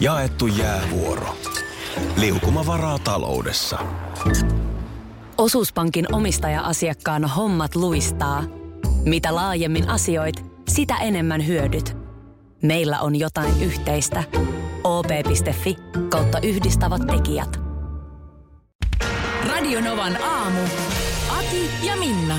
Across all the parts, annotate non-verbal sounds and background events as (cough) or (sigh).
Jaettu jäävuoro. Liukuma varaa taloudessa. Osuuspankin omistaja-asiakkaan hommat luistaa. Mitä laajemmin asioit, sitä enemmän hyödyt. Meillä on jotain yhteistä. op.fi kautta yhdistävät tekijät. Radionovan aamu. Ati ja Minna.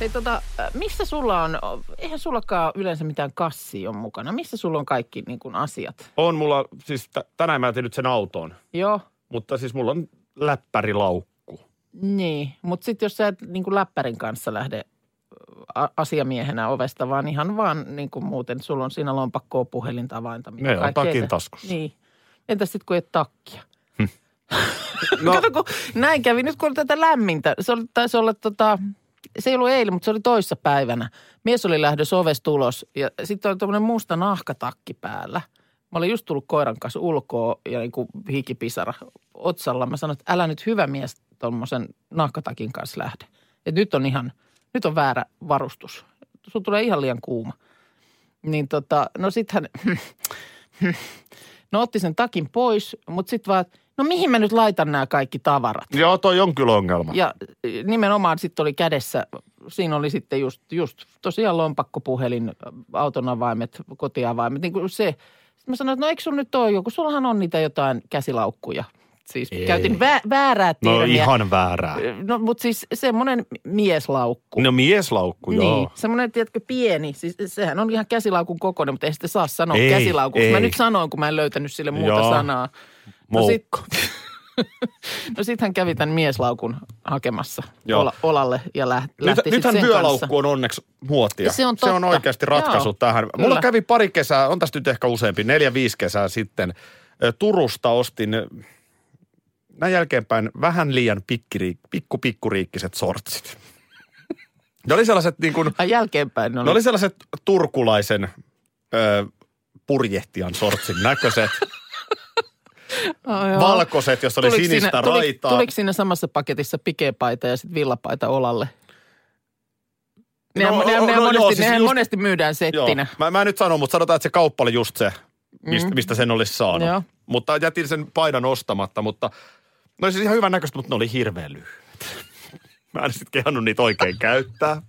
Hei, tota, missä sulla on, eihän sullakaan yleensä mitään kassia on mukana. Missä sulla on kaikki niin kuin, asiat? On mulla, siis t- tänään mä tehnyt sen autoon, Joo, mutta siis mulla on läppärilaukku. niin. Mutta sitten jos sä et niin kuin läppärin kanssa lähde a- asiamiehenä ovesta, vaan ihan vaan niin kuin muuten. Sulla on siinä lompakkoa, puhelinta, avainta. mitä Ne on kaikkea. takin taskussa. Niin. Entäs sitten kun ei ole takkia? No. No. Kato, kun näin kävi. Nyt kun oli tätä lämmintä, se oli, taisi olla tota, se ei ollut eilen, mutta se oli toissa päivänä. Mies oli lähdössä ovesta ulos ja sitten oli tuommoinen musta nahkatakki päällä. Mä olin just tullut koiran kanssa ulkoa ja niin kuin hikipisara otsalla. Mä sanoin, että älä nyt hyvä mies tuommoisen nahkatakin kanssa lähde. Et nyt on ihan, nyt on väärä varustus. Sun tulee ihan liian kuuma. Niin tota, no sit hän, (clears throat) no otti sen takin pois, mutta sitten vaan, että no mihin mä nyt laitan nämä kaikki tavarat? Joo, toi on kyllä ongelma. Ja eh, nimenomaan sitten oli kädessä, siinä oli sitten just, just tosiaan lompakkopuhelin, auton avaimet, kotiavaimet, niin kuin se. Sitten mä sanoin, että no eikö sun nyt ole joku, sullahan on niitä jotain käsilaukkuja. Siis Ei. käytin vä- väärää no termiä. ihan väärää. No mutta siis semmoinen mieslaukku. No mieslaukku, Niin, joo. semmoinen, tiedätkö, pieni. Siis sehän on ihan käsilaukun kokoinen, mutta ei sitä saa sanoa Ei, käsilaukuksi. Mä ei. nyt sanoin, kun mä en löytänyt sille muuta Joo. sanaa. No sit, Moukka. (laughs) no sit hän kävi tämän mieslaukun hakemassa Joo. Ola, olalle ja lähti, Nyt, lähti nythän sit sen vyölaukku kanssa. on onneksi muotia. Se on se on totta. oikeasti ratkaisu Joo. tähän. Mulla Kyllä. kävi pari kesää, on tästä nyt ehkä useampi, neljä, viisi kesää sitten. ö, Turusta ostin ö, näin jälkeenpäin vähän liian pikkiri, pikku, pikkuriikkiset sortsit. Ne oli sellaiset niin kuin, Ai jälkeenpäin ne oli. ne No oli sellaiset turkulaisen ö, purjehtijan sortsin näköiset. Oh, (laughs) joo. Valkoiset, jossa oli Tuliko sinistä siinä, tuli- raitaa. Tuliko siinä samassa paketissa pikepaita ja sitten villapaita olalle? Nehän, No, no, nehän, no, nehän, no, monesti, joo, siis nehän just- monesti myydään settinä. Joo. Mä, mä en nyt sano, mutta sanotaan, että se kauppa oli just se, mistä, Mm. mm. mistä sen olisi saanut. Joo. Joo. Mutta jätin sen paidan ostamatta, mutta no siis ihan hyvän näköistä, mutta ne oli hirveän lyhyet. (laughs) Mä en sitten kehannut niitä oikein (laughs) käyttää.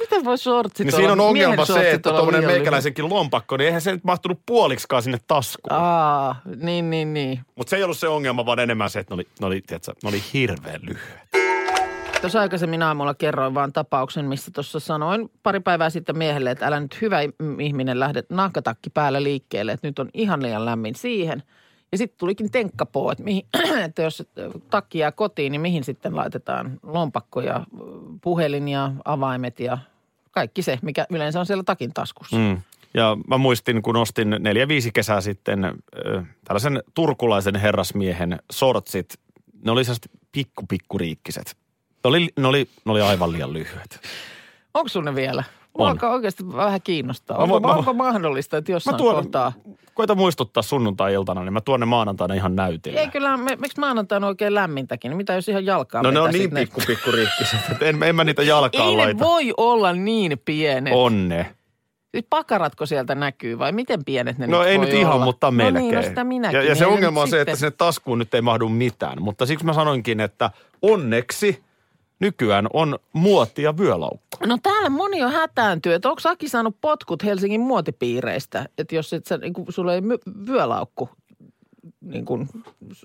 Miten voi shortsit Niin olla? siinä on ongelma miehen se, shortsit että olla tuommoinen liian meikäläisenkin lompakko, niin eihän se nyt mahtunut puoliksikaan sinne taskuun. Ah. Aa, niin, niin, niin. Mutta se ei ollut se ongelma, vaan enemmän se, että ne oli, ne oli, tiedätkö, ne oli hirveän lyhyet. Tuossa aikaisemmin aamulla kerroin vaan tapauksen, missä tuossa sanoin pari päivää sitten miehelle, että älä nyt hyvä im- ihminen lähde nahkatakki päällä liikkeelle, että nyt on ihan liian lämmin siihen. Ja sitten tulikin tenkkapoo, että, mihin, (clears throat) että jos takki jää kotiin, niin mihin sitten laitetaan lompakko ja ö, puhelin ja avaimet ja kaikki se, mikä yleensä on siellä takin taskussa. Mm. Mm. Ja mä muistin, kun ostin neljä, viisi kesää sitten ö, tällaisen turkulaisen herrasmiehen sortsit. Ne oli sellaiset pikku, pikku riikkiset. Ne oli, ne, oli, ne oli aivan liian lyhyet. Onko sun ne vielä? Mua On. alkaa oikeasti vähän kiinnostaa. Mä voin- Onko, mä- onko mahdollista, että jossain kohtaa... koita muistuttaa sunnuntai-iltana, niin mä tuon ne maanantaina ihan näytille. Ei kyllä, me, miksi maanantaina on oikein lämmintäkin? niin Mitä jos ihan jalkaa No ne on vetäisit niin ne? pikku, pikku riikkiset, että en, en (laughs) mä niitä jalkaan Ei ne laita. voi olla niin pienet. On ne. Siis pakaratko sieltä näkyy vai miten pienet ne No nyt ei voi nyt ihan, olla? mutta melkein. No niin, no sitä minäkin. Ja, ja se Ei ongelma nyt on se, että sitten- sinne taskuun nyt ei mahdu mitään. Mutta siksi mä sanoinkin, että onneksi nykyään on muotia vyölaukku. No täällä moni on hätääntynyt, että onko Aki saanut potkut Helsingin muotipiireistä, että jos et sä, niin kun, sulla ei my, vyölaukku niin kun,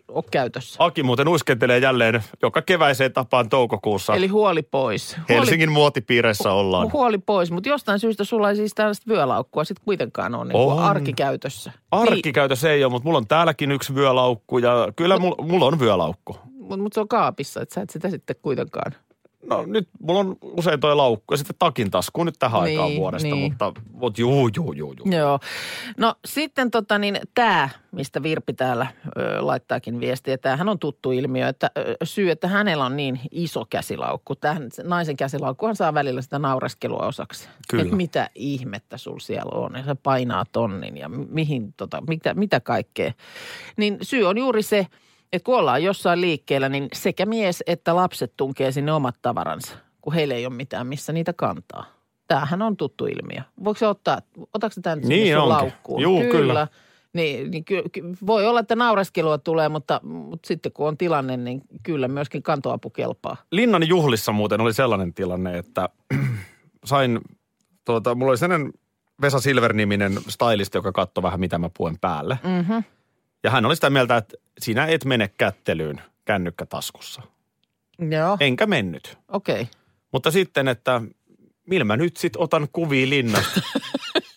ole käytössä. Aki muuten uiskentelee jälleen joka keväiseen tapaan toukokuussa. Eli huoli pois. Huoli, Helsingin muotipiireissä ollaan. huoli pois, mutta jostain syystä sulla ei siis tällaista vyölaukkua sitten kuitenkaan ole niin On. kuin arkikäytössä. Arkkikäytössä ei ole, mutta mulla on täälläkin yksi vyölaukku ja kyllä mulla, mulla on vyölaukku. Mutta Niin, mut se on kaapissa, että sä et sitä sitten kuitenkaan. No nyt mulla on usein toi laukku ja sitten takin taskuun nyt tähän Niin, aikaan vuodesta, niin. mutta, mutta juu, juu, juu, juu. Joo. No sitten tota niin, tämä, mistä Virpi täällä ö, laittaakin viestiä, tämähän on tuttu ilmiö, että ö, syy, että hänellä on niin iso käsilaukku. Tähän se naisen käsilaukkuhan saa välillä sitä naureskelua osaksi. Kyllä. Et mitä ihmettä sul siellä on ja se painaa tonnin ja mi- mihin, tota, mitä, mitä kaikkea. Niin syy on juuri se, että kun ollaan jossain liikkeellä, niin sekä mies että lapset tunkee sinne omat tavaransa, kun heillä ei ole mitään, missä niitä kantaa. Tämähän on tuttu ilmiö. Voiko se ottaa, otatko tämän sinne Niin sun onkin. laukkuun? Juu, kyllä. kyllä. Niin, niin ky, ky, voi olla, että naureskelua tulee, mutta, mutta sitten kun on tilanne, niin kyllä myöskin kantoapu kelpaa. Linnan juhlissa muuten oli sellainen tilanne, että (clears throat) sain, tuota, mulla oli sellainen Vesa Silver-niminen stylisti, joka katsoi vähän, mitä mä puen päälle. Mm-hmm. Ja hän oli sitä mieltä, että sinä et mene kättelyyn kännykkä taskussa. Joo, Enkä mennyt. okei. Okay. Mutta sitten, että millä mä nyt sit otan kuvia linnasta.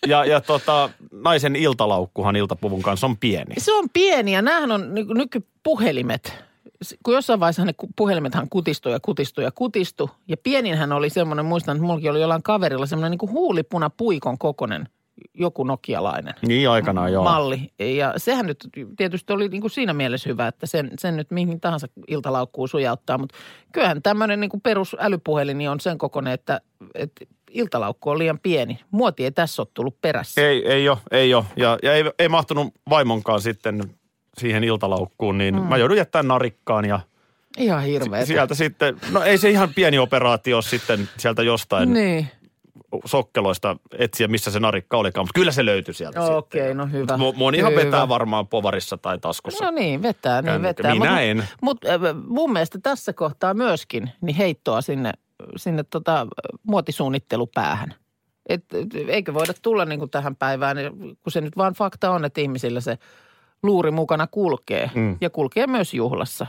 ja, ja tota, naisen iltalaukkuhan iltapuvun kanssa on pieni. Se on pieni ja nämähän on ny- nykypuhelimet. S- Kun jossain vaiheessa ne ku- puhelimethan kutistui ja kutistui ja kutistui. Ja pieninhän oli semmoinen, muistan, että mullakin oli jollain kaverilla semmoinen niin kuin huulipuna puikon kokonen, joku nokialainen Niin aikanaan joo. malli. Ja sehän nyt tietysti oli niin kuin siinä mielessä hyvä, että sen, sen nyt mihin tahansa iltalaukkuun sujauttaa. Mutta kyllähän tämmöinen niin kuin perusälypuhelin niin on sen kokoinen, että, että iltalaukku on liian pieni. Muoti ei tässä ole tullut perässä. Ei, ei ole, ei ole. Ja, ja ei, ei mahtunut vaimonkaan sitten siihen iltalaukkuun, niin mm. mä joudun jättämään narikkaan ja Ihan hirveä. sieltä sitten, no ei se ihan pieni operaatio ole sitten sieltä jostain niin. Niin. sokkeloista etsiä, missä se narikka olikaan, mutta kyllä se löytyi sieltä Okei, sitten. no hyvä. Mo- Monihan hyvä. vetää varmaan povarissa tai taskussa. No niin, vetää, niin Kännykkä. vetää. Minä Mut- en. Mutta mun mielestä tässä kohtaa myöskin niin heittoa sinne, sinne tota, muotisuunnittelupäähän. Et, et, eikö voida tulla niin kuin tähän päivään, kun se nyt vaan fakta on, että ihmisillä se luuri mukana kulkee. Mm. Mm. Ja kulkee myös juhlassa.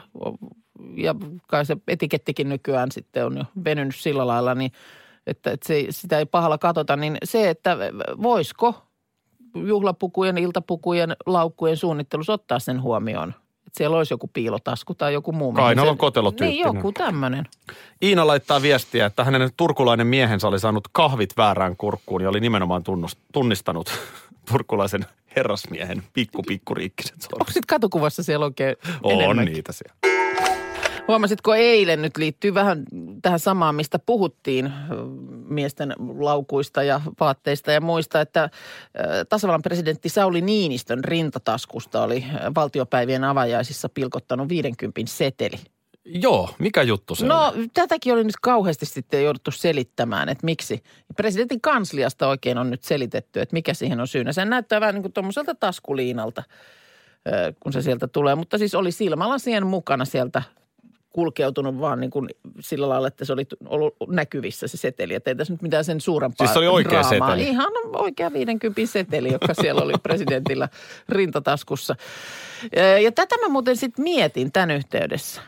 Ja kai se etikettikin nykyään sitten on jo venynyt sillä lailla, niin että, että se, sitä ei pahalla katota. Niin se, että voisiko juhlapukujen, iltapukujen, laukkujen suunnittelussa ottaa sen huomioon. Että siellä olisi joku piilotasku tai joku muu. mihin Kainalon se- kotelotyyppinen. Niin, joku tämmöinen. Iina laittaa viestiä, että hänen turkulainen miehensä oli saanut kahvit väärään kurkkuun ja oli nimenomaan tunnust, tunnistanut (laughs) turkulaisen herrasmiehen pikkupikkuriikkiset sormet. Onko sitten katukuvassa siellä oikein On enemmänkin? niitä siellä. Huomasitko eilen nyt liittyy vähän tähän samaan, mistä puhuttiin ö, miesten laukuista ja vaatteista ja muista, että ö, tasavallan presidentti Sauli Niinistön rintataskusta oli ö, valtiopäivien avajaisissa pilkottanut 50 seteli. Joo, mikä juttu se no on? tätäkin oli nyt kauheasti sitten jouduttu selittämään, että miksi. Presidentin kansliasta oikein on nyt selitetty, että mikä siihen on syynä. Sen näyttää vähän niin kuin tuommoiselta taskuliinalta, ö, kun se sieltä tulee. Mutta siis oli silmälasien mukana sieltä kulkeutunut vaan niin kuin sillä lailla, että se oli tu- ollut näkyvissä se seteli. Että ei tässä nyt mitään sen suurempaa Siis se oli oikea draamaa. seteli? Ihan oikea 50 seteli, joka siellä oli presidentillä rintataskussa. Ö, Ja tätä mä muuten sitten mietin tämän yhteydessä.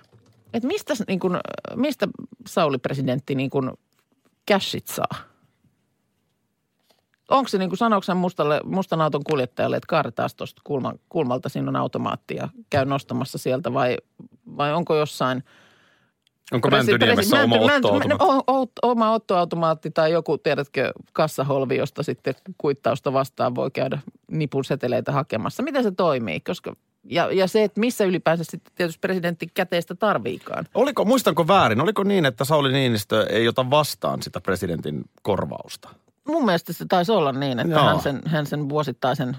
Että mistä, niin kun, mistä Sauli presidentti niin kun cashit saa? Onko se niin kuin sanoksen mustalle, mustan auton kuljettajalle, että kaari taas tuosta kulman, kulmalta, siinä on automaatti ja käy nostamassa sieltä vai, vai onko jossain... Onko presi- Mäntyniemessä presi- oma Mänty- Mänty- ottoautoma? Mänty- o- o- Oma ottoautomaatti tai joku, tiedätkö, kassaholvi, josta sitten kuittausta vastaan voi käydä nipun seteleitä hakemassa. Miten se toimii? Koska, ja, ja se, että missä ylipäänsä sitten tietysti presidentti käteistä tarviikaan. No, Oliko, muistanko väärin, oliko niin, että Sauli Niinistö ei ota vastaan sitä presidentin korvausta? Mun mielestä se taisi olla niin, että Joo. hän sen, hän sen vuosittaisen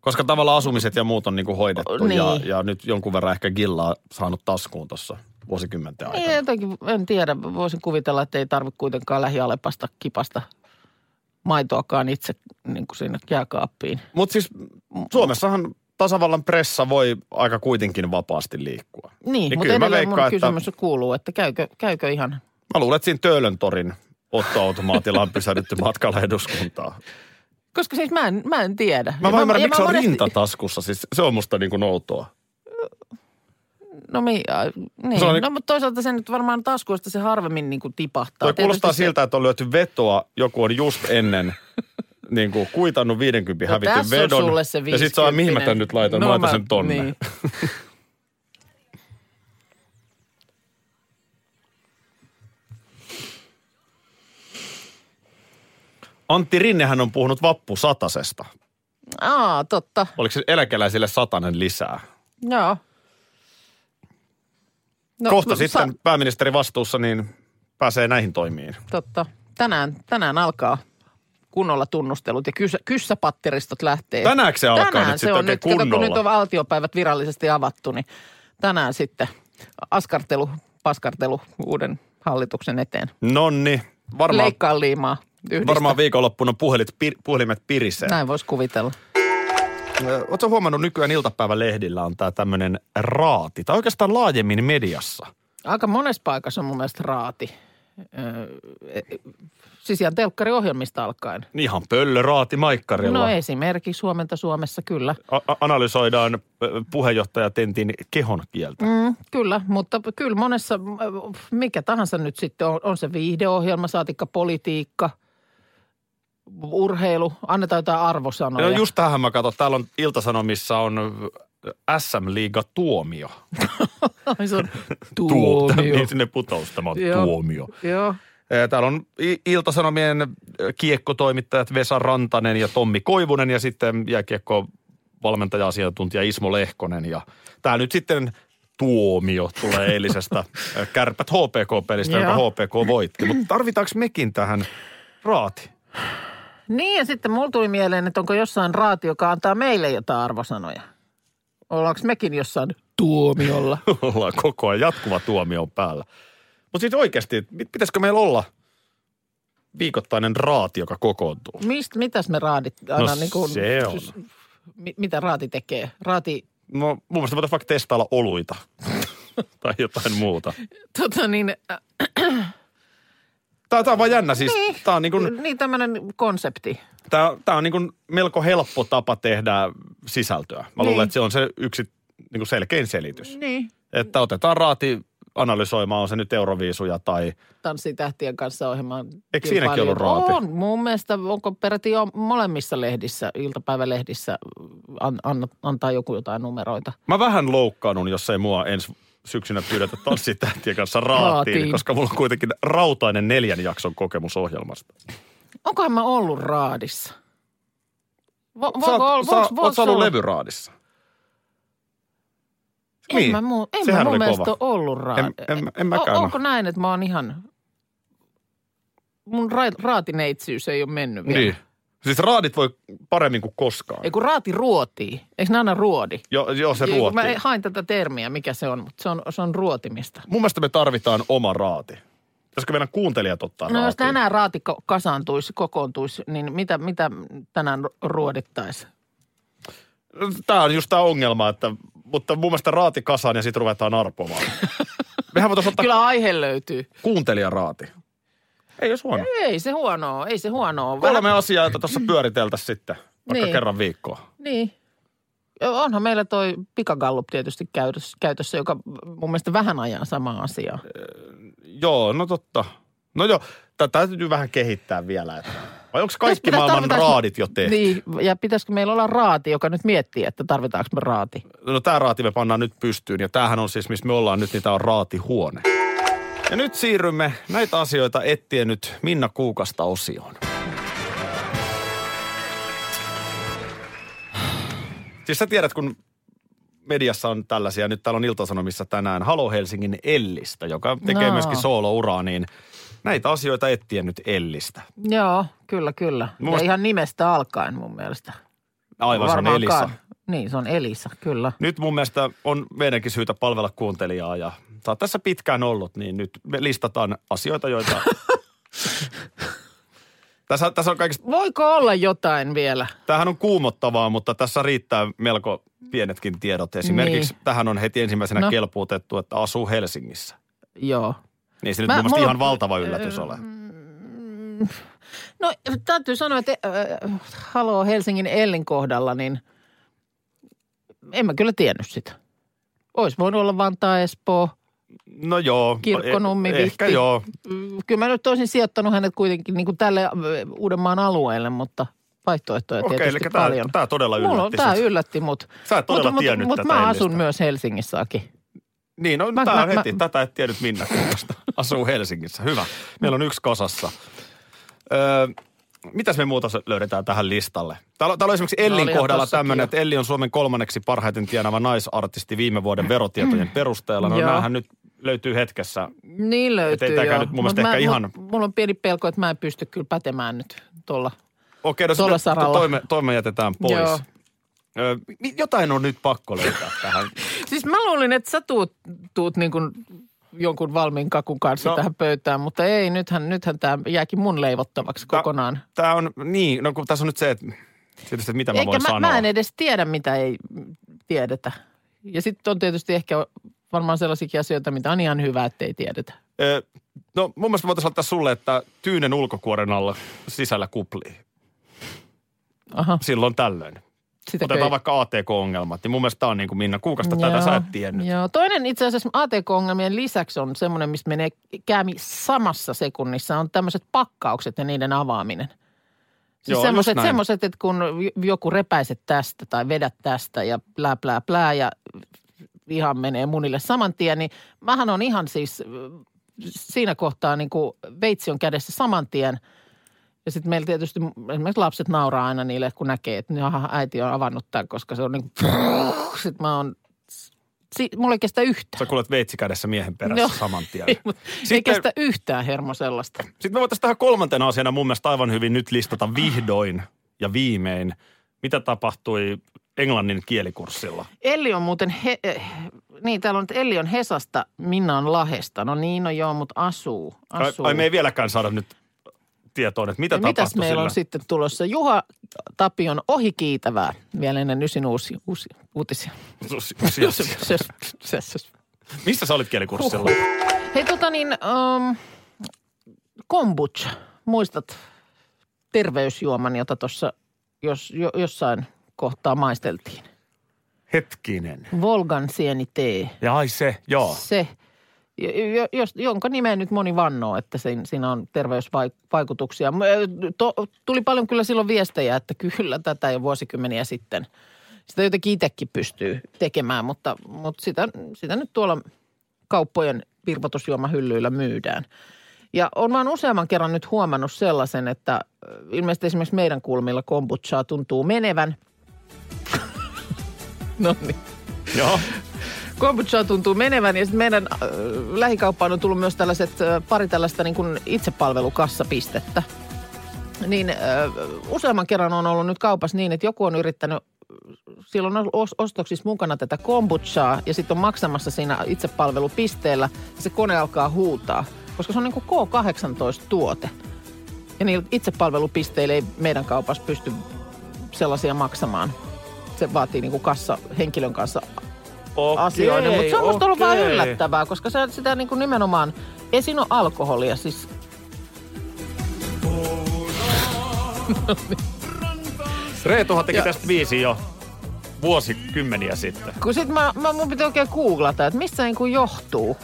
Koska tavallaan asumiset ja muut on niinku hoidettu Niin. ja, ja nyt jonkun verran ehkä gillaa saanut taskuun tuossa vuosikymmenten Ei, aikana. Niin, jotenkin, en tiedä, voisin kuvitella, että ei tarvitse kuitenkaan lähialepasta kipasta maitoakaan itse niin kuin siinä jääkaappiin. Mutta siis Suomessahan tasavallan pressa voi aika kuitenkin vapaasti liikkua. Niin, Niin mutta kyllä mä edelleen veikkaan, mun että- kysymys kuuluu, että käykö, käykö ihan... Mä luulen, että siinä Töölöntorin ottoautomaatilla on pysähdytty matkalla eduskuntaa. Koska siis mä en, mä en tiedä. Mä Ja vaan ymmärrän, ja miksi se on monesti- rintataskussa. Siis se on musta niinku noutoa. No, mi, äh, niin. Se on on niin- no mutta toisaalta se nyt varmaan taskuista se harvemmin niin kuin tipahtaa. Toi kuulostaa Tietysti se- siltä, että on lyöty vetoa, joku on just ennen (laughs) niin kuin kuitannut 50 No hävityn tässä on vedon. sulle se ja sit saa, mihin mä viisikymppinen. tän nyt laitan, no, mä laitan sen tonne. Niin. Niin. Antti Rinnehän on puhunut vappusatasesta. Aa, totta. Oliko se eläkeläisille satanen lisää? Joo. No, Kohta no, sitten pääministeri vastuussa, niin pääsee näihin toimiin. Totta. Tänään, tänään alkaa kunnolla tunnustelut ja kysä, kyssäpatteristot lähtee. Tänäänkö se alkaa tänään nyt se sitten on oikein nyt, kato, kun kunnolla? nyt on valtiopäivät virallisesti avattu, niin tänään sitten askartelu, paskartelu uuden hallituksen eteen. Nonni, varmaan, Leikkaa liimaa yhdistä. varmaan viikonloppuna puhelit, pir, puhelimet pirisee. Näin voisi kuvitella. Oletko huomannut nykyään iltapäivän lehdillä on tämä tämmöinen raati, tai oikeastaan laajemmin mediassa. Aika monessa paikassa on mun mielestä raati. Öö, e- siis ihan telkkariohjelmista alkaen. Ihan pöllö raati maikkarilla. No esimerkiksi Suomenta Suomessa, kyllä. A- a- analysoidaan ö, puheenjohtaja Tentin kehon kieltä. Mm, kyllä, mutta kyllä monessa, mm, mikä tahansa nyt sitten on, on se viihdeohjelma, saatikka politiikka, urheilu, annetaan jotain No arvosanoja. just tähän mä katson, täällä on Iltasanomissa on SM-liiga tuomio. (laughs) Ai, (laughs) se on Tuo- (laughs) tuomio. Niin sinne putous tämä on Joo. tuomio. Joo. Eh, Täällä on I- Iltasanomien eh, kiekkotoimittajat Vesa Rantanen ja Tommi Koivunen ja sitten jääkiekko valmentaja-asiantuntija Ismo Lehkonen. Ja tää nyt sitten tuomio tulee eilisestä eh, kärpät HPK-pelistä, jonka Joo. HPK voitti. Mutta tarvitaanko mekin tähän raati? (laughs) Niin ja sitten mulla tuli mieleen, että onko jossain raati, joka antaa meille jotain arvosanoja. Ollaanko mekin jossain tuomiolla? Ollaan koko ajan jatkuva tuomio on päällä. Mutta sitten oikeasti, mit- pitäisikö meillä olla viikoittainen raati, joka kokoontuu? Mist, mitäs me raadit aina No niin kuin, se on. mi- mitä raati tekee? Raati, No mun mielestä voitaisiin vaikka testailla oluita (laughs) tai jotain muuta. tota niin, äh, Tää, tää on vaan jännä siis. Niin. Tää on, niin kun, niin tämmöinen konsepti. tää, tää on niin kun melko helppo tapa tehdä sisältöä. Mä Niin. luulen, että se on se yksi niin kun selkein selitys. Niin. Että otetaan raati analysoimaan, on se nyt euroviisuja tai Tanssii tähtien kanssa ohjelmaan. Eikö siinäkin kilpailijoita. ollut raati? On. Mun mielestä onko peräti jo molemmissa lehdissä, iltapäivälehdissä an, an, antaa joku jotain numeroita. Mä vähän loukkaannun, jos ei mua ensi syksynä pyydetä tanssitähtien kanssa raatiin, Raatiin. koska mulla on kuitenkin rautainen neljän jakson kokemus ohjelmasta. Onkohan mä ollut raadissa? Vo, voiko Sä olla- oot, sä, voiko- oot voiko sä ollut olla? levyraadissa? En Niin, mä, muu, en sehän mä mun oli mielestä kova. ole ollut raadi. En- en mä- en mäkään O, onko näin, että mä oon ihan... Mun ra, raatineitsiys ei ole mennyt vielä. Niin. Siis raadit voi paremmin kuin koskaan. Ei kun raati ruotii. Eikö ne aina ruodi? Joo, joo se Ei, kun ruoti. Mä hain tätä termiä, mikä se on, mutta se on, se on ruotimista. Mun mielestä me tarvitaan oma raati. Pitäisikö meidän kuuntelijat ottaa No jos raatiin? tänään raati ko- kasaantuisi, kokoontuisi, niin mitä, mitä tänään ru- ruodittaisiin? Tämä on just tämä ongelma, että, mutta mun mielestä raati kasaan ja sitten (laughs) ruvetaan arpomaan. Mehän voitaisiin ottaa Kyllä aihe löytyy. kuuntelijaraati. Ei jos huono. Ei se huonoa, ei se huonoa. Kolme asiaa, jota tuossa pyöriteltäisiin sitten, vaikka Niin. kerran viikkoon. Niin. Onhan meillä toi pikagallup tietysti käytössä, käytössä, joka mun mielestä vähän ajaa samaa asiaa. Joo, no totta. No joo, tätä täytyy vähän kehittää vielä. Että. Vai onko Pitäis- kaikki pitäis- maailman tarvitais- raadit jo tehty? Niin, ja pitäisikö meillä olla raati, joka nyt miettii, että tarvitaanko me raati? No tämä raati me pannaan nyt pystyyn ja tämähän on siis, missä me ollaan nyt, niin tämä on raatihuone. Ja nyt siirrymme näitä asioita etsien nyt Minna Kuukasta osioon. Siis sä tiedät, kun mediassa on tällaisia, nyt täällä on Iltasanomissa tänään Halo Helsingin Ellistä, joka tekee No. myöskin soolouraa, niin näitä asioita etsien nyt Ellistä. Joo, kyllä, kyllä. Mun Mun... Ja mielestä- ihan nimestä alkaen mun mielestä. Aivan se on Elisa. Varmaankaan. Niin, se on Elisa, kyllä. Nyt mun mielestä on meidänkin syytä palvella kuuntelijaa ja sä oot tässä pitkään ollut, niin nyt me listataan (laughs) asioita, joita... tässä, tässä on kaikista, Voiko olla jotain vielä? tämähän on kuumottavaa, mutta tässä riittää melko pienetkin tiedot. Esimerkiksi niin. Niin. tähän on heti ensimmäisenä no. No. kelpuutettu, että asuu Helsingissä. Joo. Niin se nyt Mä- mun mielestä mulla- ihan valtava yllätys ole. No täytyy sanoa, että äh, Haloo Helsingin Ellin kohdalla, niin en mä kyllä tiennyt sitä. Ois voinut olla Vantaa, Espoo. No joo. Kirkkonummi, eh- Ehkä Vihti. joo. Mm, Kyllä mä nyt olisin sijoittanut hänet kuitenkin niin kuin tälle äh, Uudenmaan alueelle, mutta vaihtoehtoja Okei, eli tietysti tämä, paljon. tämä todella yllätti. Mulla on, tämä sut. yllätti mut. Sä et todella mut, tiennyt mut, tätä mut mä asun ennestään. myös Helsingissäkin. Niin, no Mä- tää on mä- heti. mä- Tätä et tiennyt Minna Kuukasta. Asuu Helsingissä. Hyvä. Meillä on yksi kasassa. Öö, mitäs me muuta se- löydetään tähän listalle? Täällä, on- täällä on esimerkiksi Ellin olihan kohdalla tossakin tämmöinen, jo. että Elli on Suomen kolmanneksi parhaiten tienaava naisartisti viime vuoden verotietojen perusteella. No Mm. Joo. näähän nyt löytyy hetkessä. Niin löytyy tääkään joo. nyt mun Mut mielestä mä- ehkä mut- ihan- Mulla on pieni pelko, että mä en pysty kyllä pätemään nyt tuolla. Okei, no Tuolla sitten saralla. toime, toime jätetään pois. Joo. Joo. Öö, mi- jotain on nyt pakko löytää tähän. Siis mä luulin, että sä tuut, tuut niin kuin jonkun valmiin kakun kanssa No. no. tähän pöytään, mutta No. ei, nythän, nythän tämä jääkin mun leivottavaksi kokonaan. Tämä on, niin, no kun tässä on nyt se, että Sitten sitä, mitä mä Eikä voin mä, sanoa. mä en edes tiedä, mitä ei mm, tiedetä. Ja sitten on tietysti ehkä varmaan sellaisia asioita, mitä on ihan hyvä, että ei tiedetä. Ö, No mun mielestä voitaisiin laittaa sulle, että tyynen ulkokuoren alla sisällä kuplii. Aha, Silloin tällöin. sitäkö Otetaan ei- vaikka ATK-ongelmat, niin mun mielestä tämä on niin kuin Minna Kuukasta tätä Joo, sä et tiennyt. Joo. Toinen itse asiassa ATK-ongelmien lisäksi on semmoinen, mistä menee käämi samassa sekunnissa, on tämmöiset pakkaukset ja niiden avaaminen. Siis Joo, semmoiset, just näin. semmoiset, että kun joku repäiset tästä tai vedät tästä ja plää, plää, plää ja ihan menee munille saman tien, niin mähän on ihan siis äh, siinä kohtaa niin kuin veitsi on kädessä saman tien. Ja sitten meillä tietysti esimerkiksi lapset nauraa aina niille, kun näkee, että jaha, äiti on avannut tämän, koska se on niin kuin, (laughs) sit mä oon, si, mulla ei kestä yhtään. Sä kuulet veitsikädessä miehen perässä No. saman tien. Mut (laughs) ei Sitten- kestä yhtään hermo sellaista. Sitten me voitaisiin tähän kolmantena asiana mun mielestä aivan hyvin nyt listata vihdoin ja viimein, mitä tapahtui englannin kielikurssilla. Elli on muuten, he, eh, niin täällä on, että Elli on Hesasta, Minna on Lahesta. No niin, no joo, mutta asuu, Ai, asuu. ai me ei vieläkään saada nyt tietoon, että mitä Ja tapahtui mitäs meillä sillä. on sitten tulossa? Juha Tapion ohikiitävää vielä ennen ysin uusi, uusi, uutisia. Sus- sus- sus- (laughs) Sös, sös, sös. Missä sä olit kielikurssilla? Hei tota niin, um, kombucha, muistat terveysjuoman, jota tuossa jos, jo, jossain kohtaa maisteltiin. Hetkinen. Volgan sieni tee. Ja ai se, joo. Se, jo- jo- jos, jonka nimeä nyt moni vannoo, että siinä, siinä on terveysvaikutuksia. M- ö, To, tuli paljon kyllä silloin viestejä, että kyllä tätä jo vuosikymmeniä sitten. Sitä jotenkin itsekin pystyy tekemään, mutta, mutta sitä, sitä nyt tuolla kauppojen virvotusjuomahyllyillä myydään. Ja on vaan useamman kerran nyt huomannut sellaisen, että ö, ilmeisesti esimerkiksi meidän kulmilla kombuchaa tuntuu menevän. (laughs) no niin. Joo. Kombucha tuntuu menevän ja sitten meidän äh, lähikauppaan on tullut myös tällaiset, äh, pari tällaista niin kuin itsepalvelukassapistettä. Niin äh, useamman kerran on ollut nyt kaupassa niin, että joku on yrittänyt silloin on os- ostoksissa mukana tätä kombuchaa ja sitten on maksamassa siinä itsepalvelupisteellä ja se kone alkaa huutaa, koska se on niin kuin K18-tuote. Ja niillä itsepalvelupisteillä ei meidän kaupassa pysty sellaisia maksamaan. Se vaatii niin kuin kassa, henkilön kanssa Okei, (laughs) asioiden. Mutta se on musta ollut vaan okei. yllättävää, koska se, sitä niin kuin nimenomaan, ei siinä ole alkoholia siis. Reetuhan teki Ja- tästä viisi jo vuosikymmeniä sitten. Kun sit mä, mä, mun piti oikein googlata, että mistä niin kuin johtuu.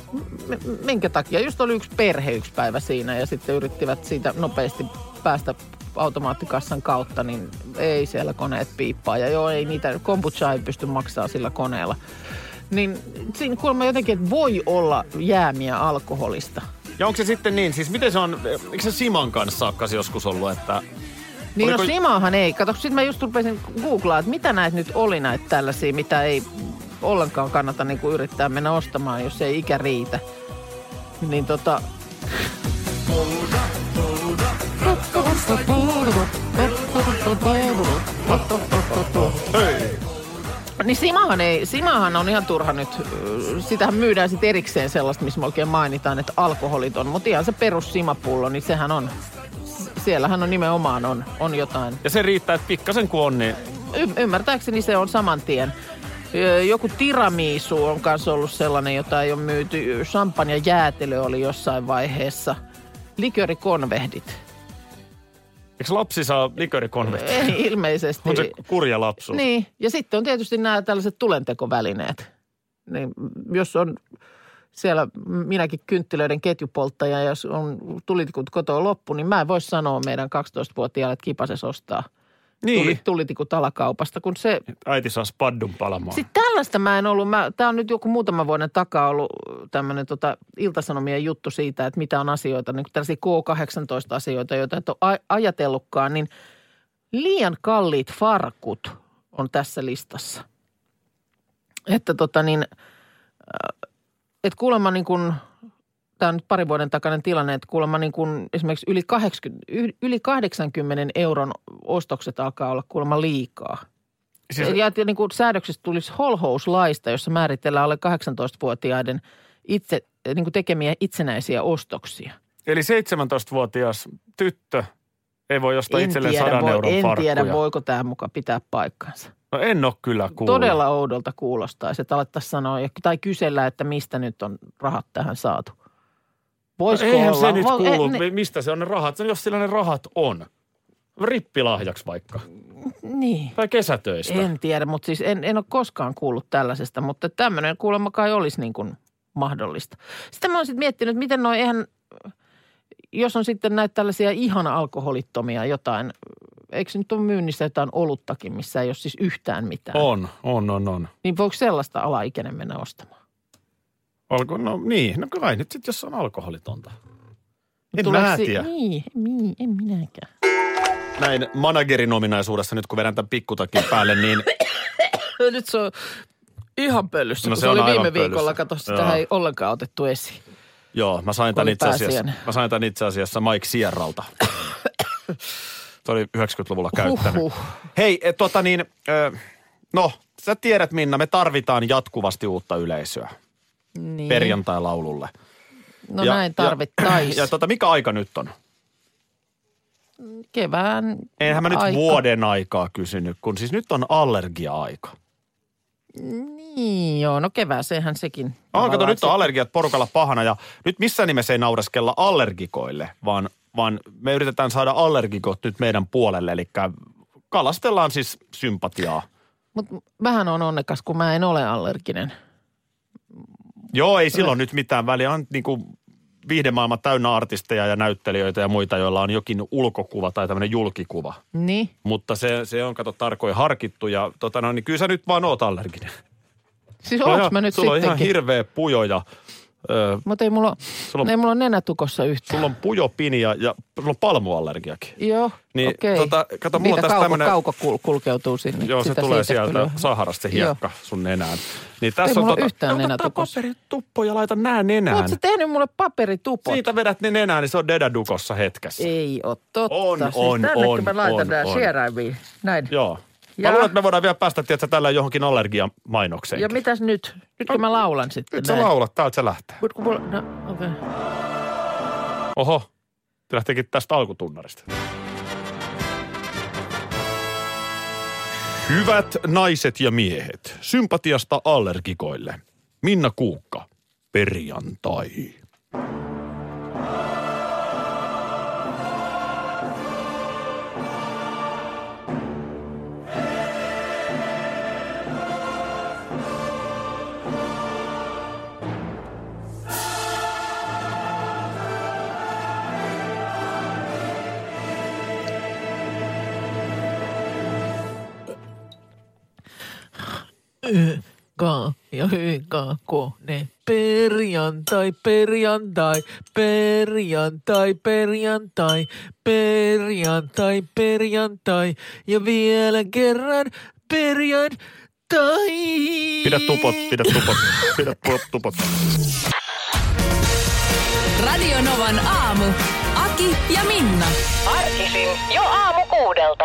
M- minkä takia? Just oli yksi perhe yksi päivä siinä ja sitten yrittivät siitä nopeasti päästä automaattikassan kautta, niin ei siellä koneet piippaa. Ja joo, ei niitä, kombucha ei pysty maksaa sillä koneella. Niin siinä kuulemma jotenkin, että voi olla jäämiä alkoholista. Ja onko se sitten niin, siis miten se on, eikö se Siman kanssa saakka se joskus ollut, että Niin Oliko- no Simaahan ei. Kato, sit mä just rupesin googlaa, että mitä näitä nyt oli näitä tällaisia, mitä ei ollenkaan kannata niin kuin yrittää mennä ostamaan, jos ei ikä riitä. Niin tota... Niin Simahan, ei, Simahan on ihan turha nyt. ö, Sitähän myydään sitten erikseen sellaista, missä me oikein mainitaan, että alkoholit on. Mutta ihan se perus Simapullo, niin sehän on siellähän on nimenomaan on, on jotain. Ja se riittää, että pikkasen kun on, niin Y- ymmärtääkseni se on saman tien. Ö, Joku tiramisu on kanssa ollut sellainen, jota ei ole myyty. Sampan ja jäätelö oli jossain vaiheessa. Likörikonvehdit. eikö lapsi saa likörikonvetti? Ei (laughs) ilmeisesti. On se kurja lapsuus. Niin, ja sitten on tietysti nämä tällaiset tulentekovälineet. Niin, jos on siellä minäkin kynttilöiden ketjupolttaja, jos on tulitikut kotoa loppu, niin mä en voi sanoa meidän 12-vuotiaalle, että kipases ostaa Niin. tuli, tulitikut alakaupasta, kun se... Äiti saa spaddun palamaan. Sitten tällaista mä en ollut, mä, tää on nyt joku muutaman vuoden takaa ollut tämmöinen tota, iltasanomien juttu siitä, että mitä on asioita, niin tällaisia K18-asioita, joita et ole a- ajatellutkaan, niin liian kalliit farkut on tässä listassa. Että tota niin, äh, että kuulemma niin kuin, tämä on nyt pari vuoden takainen tilanne, että kuulemma niin kuin esimerkiksi yli 80, yh- yli 80 euron ostokset alkaa olla kuulemma liikaa. Siis, Ja että niin kuin säädöksestä tulisi holhouslaista, jossa määritellään alle 18-vuotiaiden itse, niinku niin kuin tekemiä itsenäisiä ostoksia. eli 17-vuotias tyttö Ei voi ostaa itselleen sadan voi- euron en farkkuja. tiedä, voiko tämä muka pitää paikkansa. No en ole kyllä kuullut. Todella oudolta kuulostaisi, että alettaisiin sanoa ja- tai kysellä, että mistä nyt on rahat tähän saatu. Voisiko No Eihän olla? se nyt Vo- kuulu, eh, mi- mistä se on ne rahat. No Jos sillä ne rahat on. Rippilahjaksi vaikka. ni- niin. Tai kesätöistä. En tiedä, mutta siis en, en ole koskaan kuullut tällaisesta, mutta tämmöinen kuulemma kai olisi niin kuin mahdollista. Sitten mä oon sitten miettinyt, miten noin eihän, jos on sitten näitä tällaisia ihan alkoholittomia jotain, eikö se nyt ole myynnissä jotain oluttakin, missä ei ole siis yhtään mitään? On, on, on, on. Niin voiko sellaista alaikäinen mennä ostamaan? Olko, no niin, no kai nyt sitten, jos on alkoholitonta. En Tuleeko mä se- tiedä. Niin, niin, en minäkään. Näin managerin ominaisuudessa nyt, kun vedän tämän pikkutakin päälle, (coughs) niin (coughs) Nyt se on ihan pölyssä, No kun se se on oli aivan viime viikolla, pölyssä. kato, sitä Joo. ei ollenkaan otettu esiin. joo, mä sain tämän Oli itse asiassa, pääsiäinen. mä sain tämän itse asiassa Mike (coughs) Sierralta. Tuo oli 90-luvulla käyttänyt. Huhhuh. Hei, e, tota niin, ö, no sä tiedät Minna, me tarvitaan jatkuvasti uutta yleisöä Niin. perjantai-laululle. No näin tarvittaisiin. Ja, ja tota, mikä aika nyt on? kevään Enhän mä nyt aika. vuoden aikaa kysynyt, kun siis nyt on allergia-aika. No Niin joo, no kevääseenhän sekin. No, kato, tavallaan nyt on se- allergiat porukalla pahana ja nyt missään nimessä ei naureskella allergikoille, vaan, vaan me yritetään saada allergikot nyt meidän puolelle. Eli kalastellaan siis sympatiaa. Mut vähän on onnekas, kun mä en ole allerginen. Joo, ei silloin nyt mitään väliä. On niin kuin viihdemaailma täynnä artisteja ja näyttelijöitä ja muita, joilla on jokin ulkokuva tai tämmöinen julkikuva. Niin? Mutta se, se on, kato, tarkoin harkittu ja tota, no, niin kyllä sä nyt vaan oot allerginen. Siis Sulla onks on ihan- No, mä nyt Sulla on ihan sittenkin? hirveä pujo ja ö, Mutta ei mulla, Sulla on- on... ei mulla ole nenätukossa yhtään. sulla on pujopini ja, ja sulla on palmuallergiakin. Joo, Niin, okei. tota, kato, mulla on Niitä tässä kauko, tämmönen- kauko kul- kulkeutuu sinne. Joo, se Sitä tulee siitä sieltä kyllä. Saharasta se hiekka Joo. sun nenään. Niin tässä mulla on ole yhtään No, nenätukossa. ottaa paperit tuppo ja laita nää nenään. Oot sä tehnyt mulle paperitupot? Siitä vedät ne nenään, niin se on dedadukossa hetkessä. Ei oo totta. On, siis on, tännekin on, mä laitan on, nää on. sieraimiin. Näin. Joo. Mä Ja- luulen, että me voidaan vielä päästä, tiedätkö, tällä johonkin allergiamainokseen. Ja mitäs nyt? Nyt kun mä laulan sitten No, Nyt sä näin. laulat, täältä se lähtee. Mut kun mulla, no, okei. Okay. Oho, se lähteekin tästä alkutunnarista. Hyvät naiset ja miehet, sympatiasta allergikoille. Minna Kuukka, perjantai. ka ja hyvä kone. Perjantai, perjantai, perjantai, perjantai, perjantai, perjantai ja vielä kerran perjantai. Pidä tupot, pidä tupot, pidä pu- tupot. Radio Novan aamu. Aki ja Minna. Arkisin jo aamu kuudelta.